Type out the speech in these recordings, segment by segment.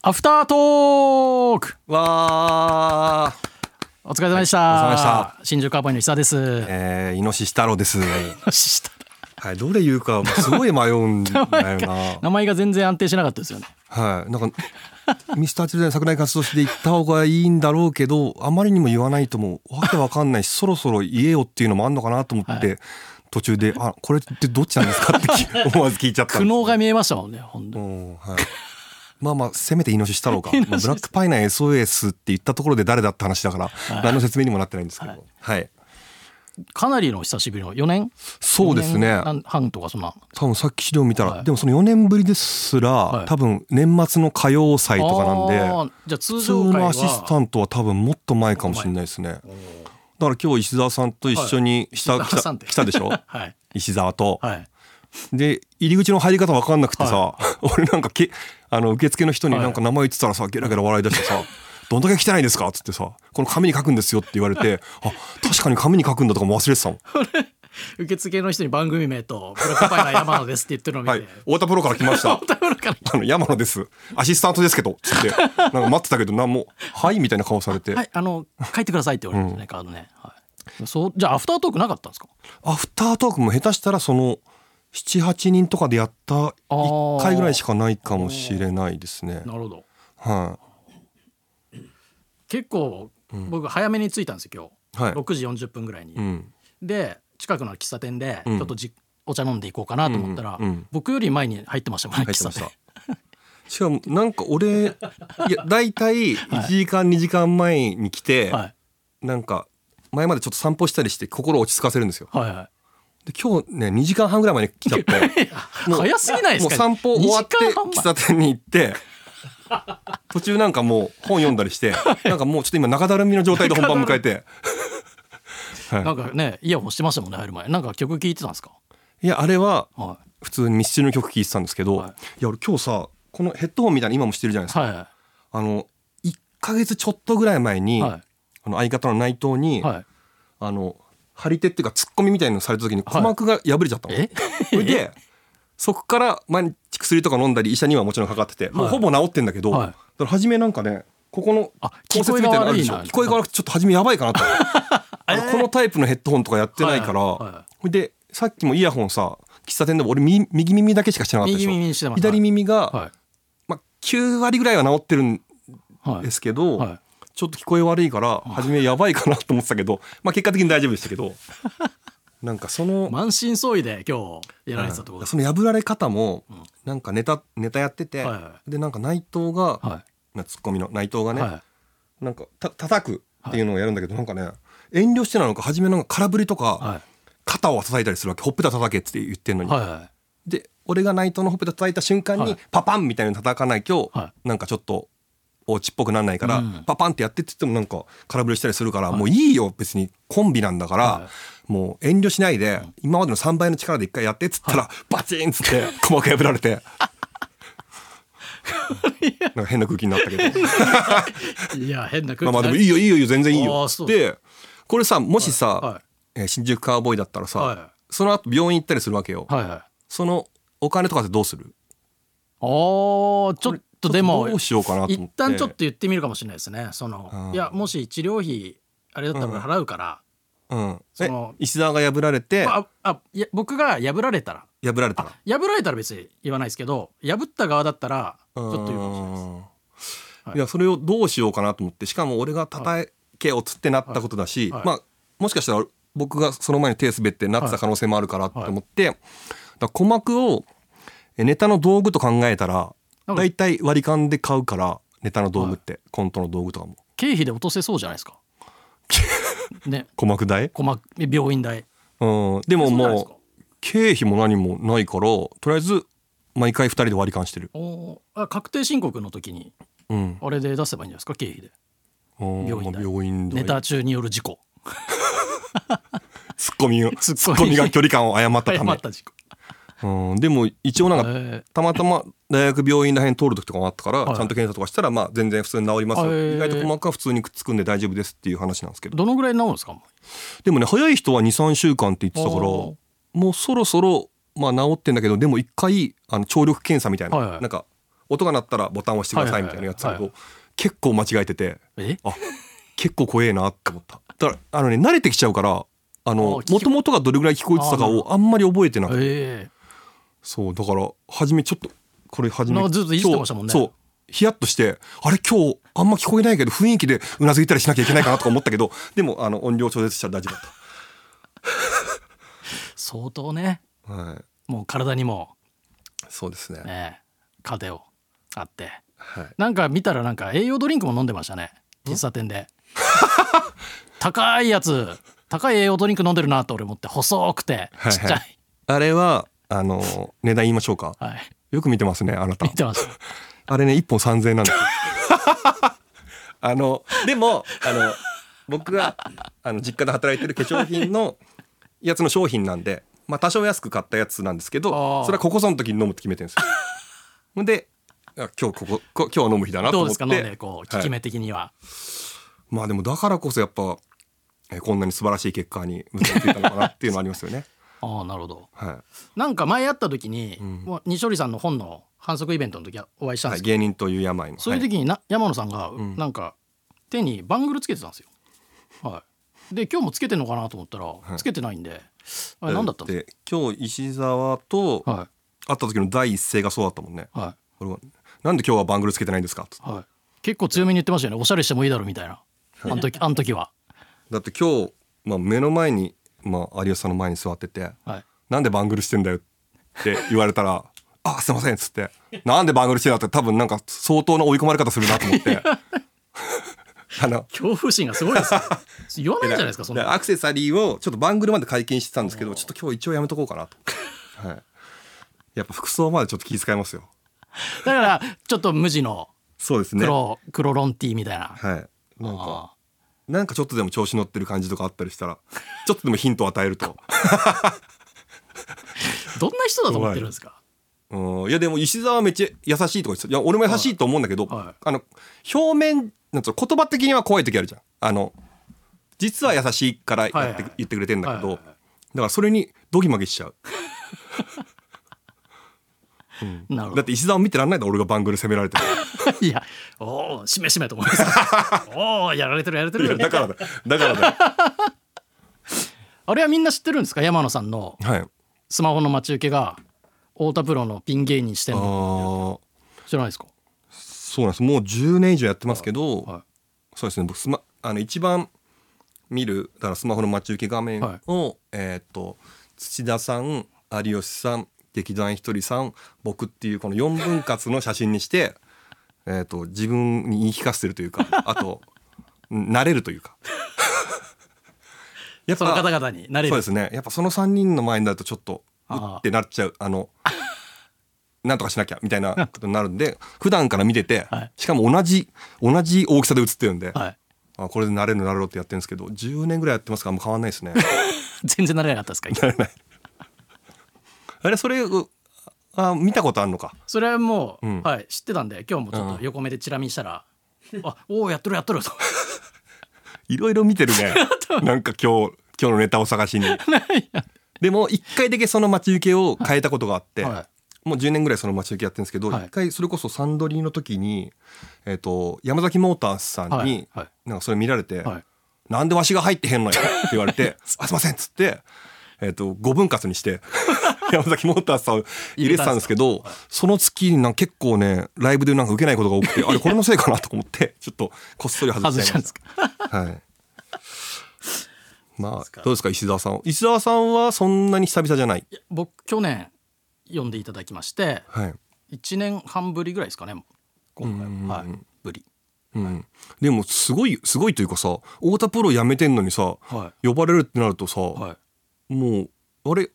アフタートークわーお疲れ様でした,、はいお疲れ様で新宿アポイの石田です、えー、イノシシ太郎 です。下はい、どれ言うか、すごい迷うんだよ な。 名前が全然安定しなかったですよねはい、なんか。ミスターチルドレン桜井活動して行った方がいいんだろうけどあまりにも言わないともうわけわかんないしそろそろ言えよっていうのもあんのかなと思って、途中で「あこれってどっちなんですか?」って聞思わず聞いちゃった苦んです悩が見えましたもんね本当うに、んはい、まあまあせ めてイノシシ太郎か、まあ、ブラックパイナー SOS って言ったところで誰だって話だから、何の説明にもなってないんですけど、はい、かなりの久しぶりの4年そうですね4年半とかそんな多分さっき資料見たら、はいでもその4年ぶりですら、い多分年末の歌謡祭とかなんあでーじゃあ通普通常会のはアシスタントは多分もっと前かもしれないですねだから今日石澤さんと一緒に下、石来澤さんたって来たでし ょ はい石澤と、はいで入り口の入り方分かんなくてさ、 俺なんかけあの受付の人になんか名前言ってたらさゲラゲラ笑い出してさ「どんだけ汚いですか?」っつってさ「この紙に書くんですよ」って言わ れて「あ確かに紙に書くんだ」とかも忘れてたもん受付の人に番組名と「ブラックパイナー山野です」って言ってるのをは見いて、太田プロから来ました本当にから あの山野です。アシスタントですけど。 つって、なんか待ってたけど、なんも、はいみたいな顔されて、はい、あの書いてくださいって言われるんですね、カードね。はい。そうじゃあアフタートークなかったんですか。アフタートークも下手したら、その、7、8人とかでやったー1回ぐらいしかないかもしれないですね。なるほど。は結構僕早めに着いたんですよ今はい日、6時40分ぐらいに。い。うん。で近くの喫茶店でちうんょっとじ、お茶飲んでいこうかなと思ったら、うんうんうん僕より前に入ってましたもんね入っ喫て茶まし店た。。しかも、なんか 俺、いや、大体1時間、2時間前に来て、はいなんか、前までちょっと散歩したりして心を落ち着かせるんですよ。はいはい。で今日ね2時間半ぐらい前に来ち ゃってもう早すぎないですかもう散歩終わって二時間半前喫茶店に行って 途中なんかもう本読んだりしてなんかもうちょっと今中だるみの状態で本番迎えてなんかねイヤホンしてましたもんね入る前。なんか曲聴いてたんですか。いやあれはは普通にミスチルの曲聴いてたんですけど、はいい、や俺今日さこのヘッドホンみたいなの今もしてるじゃないいですか、はあの1ヶ月ちょっとぐらい前いに、はあの相方の内い藤に、はい。あの張り手っていうかツッコミみたいなのされた時はにい鼓膜が破れちゃったの、えそれでそこから毎日薬とか飲んだり医者にはもちろんかかってて、もうほぼ治ってんだけど、はいだから初めなんかねここのあ骨折みたいなのあるでしょ聞こ聞こええがが悪悪くてちょっと初めやばいか なと、あのこのタイプのヘッドホンとかやってないから、はいはいはほいでさっきもイヤホンさ喫茶店でも俺み右耳だけしかしてなかったでし右ょ耳にしてました。左耳が、はまあ、9割ぐらいは治ってるんいはいで。すけど、はいちょっと聞こえ悪いから初めやばいかなと思ってたけど、まあ、結果的に大丈夫でしたけどなんか その満身創痍で今日やられてたってことうんですその破られ方もなんかネタネタやってて、はいはでなんか内藤が、はなツッコミの内藤がいね、はなんかた叩くっていうのをやるんだけど、なんかね遠慮してなのか初めなんか空振りとか、いはい肩を叩いたりするわけほっぺた叩けって言ってんのに、はいはで俺が内藤のほっぺた叩いた瞬間に、はいパパンみたいに叩かないと、はなんかちょっと。おちっぽくなんないから、うんパパンってやってって言ってもなんか空振りしたりするから、もういいよ別にコンビなんだから、はもう遠慮しないで、今までの3倍の力で一回やってっつったら、バチンっつって鼓膜破ら れてなんか変な空気になったけどい。いや変な空気まあまあでもにいいよいいよいいよ全然いいあよーそうでこれさもしさ、はいはいえー新宿カウボーイだったらさ、はいその後病院行ったりするわけよ、なはいはい。そのお金とかってどうするああちょっとでもどうしようかなと思って一旦ちょっと言ってみるかもしれないですねその、うんいやもし治療費あれだったら俺払うから、うんそのえ石澤が破られてまああいや僕が破られたら破られたらあ破られたら別に言わないですけど破った側だったらちょっと言うかもしれないですうんはいいやそれをどうしようかなと思ってしかも俺が叩けよっつってなったことだし、はいはいまあもしかしたら僕がその前に手滑ってなってた可能性もあるからと思って、だから鼓膜をえネタの道具と考えたらなんか大体割り勘で買うからネタの道具って、コントの道具とかも経費で落とせそうじゃないで すかね鼓膜代、こま病院代うん、でもそうなんですかもう経費も何もないからとりあえず毎回2人で割り勘してる、おーあ確定申告の時にうんあれで出せばいいんじゃないですか経費でうん病院代まあ病院代ネタ中による事故ツッコミを ツツッコミッコミが距離感を誤ったた誤めった事故うん、でも一応なんかえーたまたま大学病院らへん通る時とかもあったから、はいちゃんと検査とかしたらまあ全然普通に治りますよ、あへー意外と鼓膜は普通にくっつくんで大丈夫ですっていう話なんですけどどのぐらい治るんですかもでもね早い人は23週間って言ってたからおーもうそろそろまあ治ってんだけどでも一回あの聴力検査みたいな、はいはいなんか音が鳴ったらボタンを押してくださいみたいなやつだけはいはいはいど結構間違えててえあ結構怖えなって思っただからあのね慣れてきちゃうからああのー聞もきともとがどれぐらい聞こえてたかをあんまり覚えてなくてえそうだから初めちょっとこれ初なめんかずっといじってましたもんねそうそうヒヤッとしてあれ今日あんま聞こえないけど雰囲気でうなずいたりしなきゃいけないかなとか思ったけど でもあの音量調節したら大丈夫だっえ相当ねたはいもう体にもそうですねね風をあってはいなんか見たらなんか栄養ドリンクも飲んでましたね喫茶店で 高いやつ高い栄養ドリンク飲んでるなと俺思って細くてはいはいちっちゃい、あれはあの値段言いましょうかはいよく見てますねあなた見てましあれね1本3000円な んですよあのでもあの僕があの実家で働いてる化粧品のやつの商品なんで、まあ、多少安く買ったやつなんですけあどーそれはここぞの時に飲むって決めてるんですよ ほんであ今日こここ今日は飲む日だなたとどうで思っすてか飲んでこう効はいき目的には、まあでもだからこそやっぱえこんなに素晴らしい結果に結びついたのかなっていうのはあります よねああなるほどはなんか前会った時に、うんもう西織さんの本の反則イベントの時はお会いしい、たんはでい、すけど、芸人という病のそういう時にな山野さんがんなんか手にバングルつけてたんですよ、はいで今日もつけてんのかなと思ったら、いつけてないんであれはい何だったんですで今日石澤と会っはた時の第一声がそうだったもんねいはい俺はなんで今日はバングルつけてないんですか?」はい、結構強めに言ってましたよねおしゃれしてもいいだろみたいなあの時あの時は、だって今日、まあ、目の前に、まあ、有吉さんの前に座っててはい、 「なんでバングルしてんだよ」って言われたら 「あすいません」っつって「なんでバングルしてんだ」って多分なんか相当な追い込まれ方するなと思って あの恐怖心がすごい ですよ言わないんじゃないですかそんだらなアクセサリーをちょっとバングルまで解禁してたんですけどちょっと今日一応やめとこうかなと、 はい、やっぱ服装までちょっと気遣いますよだからちょっと無地のそうですねは黒、黒ロンティーみたいな、いなんかあなんかちょっとでも調子乗ってる感じとかあったりしたらちょっとでもヒントを与えるとーどんな人だと思ってるんですかうんいやでも石澤はめっちゃ優しいとか言ってたいや俺も優しいと思うんだけど、はいはいあの表面なんつうの言葉的には怖い時あるじゃんあの実は優しいからやって,、はいはいはい言ってくれてんだけど、はいはいはだからそれにドギマギしちゃうなるほだって石澤を見てらんないだろ俺がバングル攻めら れてどいやおおしめしめと思います おおやられてるやられてるいやるだからだだからだよあれはみんな知ってるんですか山野さんのはいスマホの待ち受けが太田プロのピン芸人してんあのー知らないですかそうなんですもう10年以上やってますけど、はそうですね僕スマあの一番見るだからスマホの待ち受け画面はいを、えーっと土田さん有吉さん劇団ひとりさん僕っていうこの4分割の写真にしてえーっと自分に言い聞かせてるというかあと 慣れるというか やその方々になれそうるですねやっぱその3人の前になるとちょっとうあーってなっちゃうあ のなんとかしなきゃみたいなことになるん で普段から見てて、はいしかも同じ同じ大きさで写ってるんで、はいあこれで慣れる慣れろってやってるんですけど10年ぐらいやってますからあんま変わんないで すね全然なれなかったですかあれそれうあ見たことあるのかそれはもう、うんはい、知ってたんで今日もちょっと横目でチラ見したら「あおおやっとるやっとる」と いろいろ見てる ねなんか今日今日のネタを探しにでも一回だけその待ち受けを変えたことがあって、はもう10年ぐらいその待ち受けやってるんですけど、一はい回それこそサンドリーの時に、えっと山崎モータースさんに、はいはいなんかそれ見られて、い、はい、なんでわしが入ってへんのや」って言われて 「あすいません」っつって、えー、と5分割にして 山崎モータースさんを入れてたんですけどその月になんか結構ねライブでなんか受けないことが多く てあれこれのせいかなと思ってちょっとこっそり外外ししちたゃんいでますしかた。はいまあ、どうですか石澤さん石澤さんはそんなに久々じゃない、いや僕去年読んでいただきましてはい1年半ぶりぐらいですかね今うんうんう回んは、はい、ぶり、うん、でもすごいすごいというかさ太田プロ辞めてんのにさは呼ばれるってなるとさ、いはい、もうあれ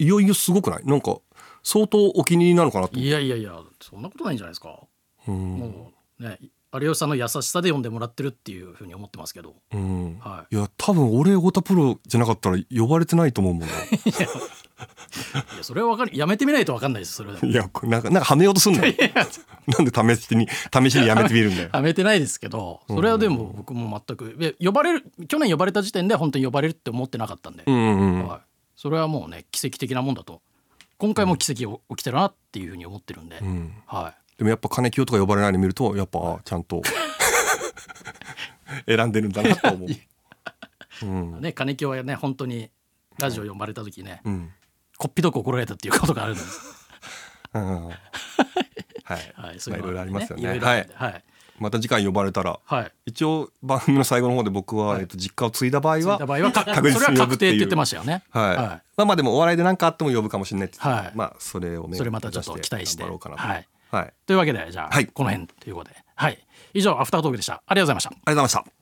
いよいよすごくないなんか相当お気に入りなのかなと思っていやいやいやそんなことないんじゃないですか、うん、もうね有吉さんの優しさで読んでもらってるっていうふうに思ってますけど、うんはいや多分俺太田プロじゃなかったら呼ばれてないと思 うもんない、いやそれはわかるやめてみないとわかんないです それはでもいやこれなんかなんかはめようとすんのなんで試しに試しにやめてみる んだよやめてないですけどそれはでも僕も全くで呼ばれる去年呼ばれた時点で本当に呼ばれるって思ってなかったんで、うんうんうんはい、それはもうね奇跡的なもんだと今回も奇跡を起きてるなっていうふうに思ってるんで、うんはでもやっぱ金清とか呼ばれないの見るとやっぱあちゃんと 選んでるんだなと思う。うんね金清はね本当にラジオ呼ばれた時ね、うんこっぴどく怒られたっていうことがあ るので、 うんはい、はい、まあいろいろありますよね。いろいろはあるんいで、はい、また次回呼ばれたらはい、一応番組の最後の方で僕は、えっと実家を継いだ場合そういっはた場合はか 確実それはに呼ぶ確ってい定うって言ってましたよね。ははい、まあまあでもお笑いで何かあっても呼ぶかもしれないって、はいまあそれを目指してそれまたちょっと期待して頑張ろうかなとはいはい、ありがとうというわけでじゃあ、はいこの辺ということで、はい、以上アフタートークでした。ありがとうございました。ございました。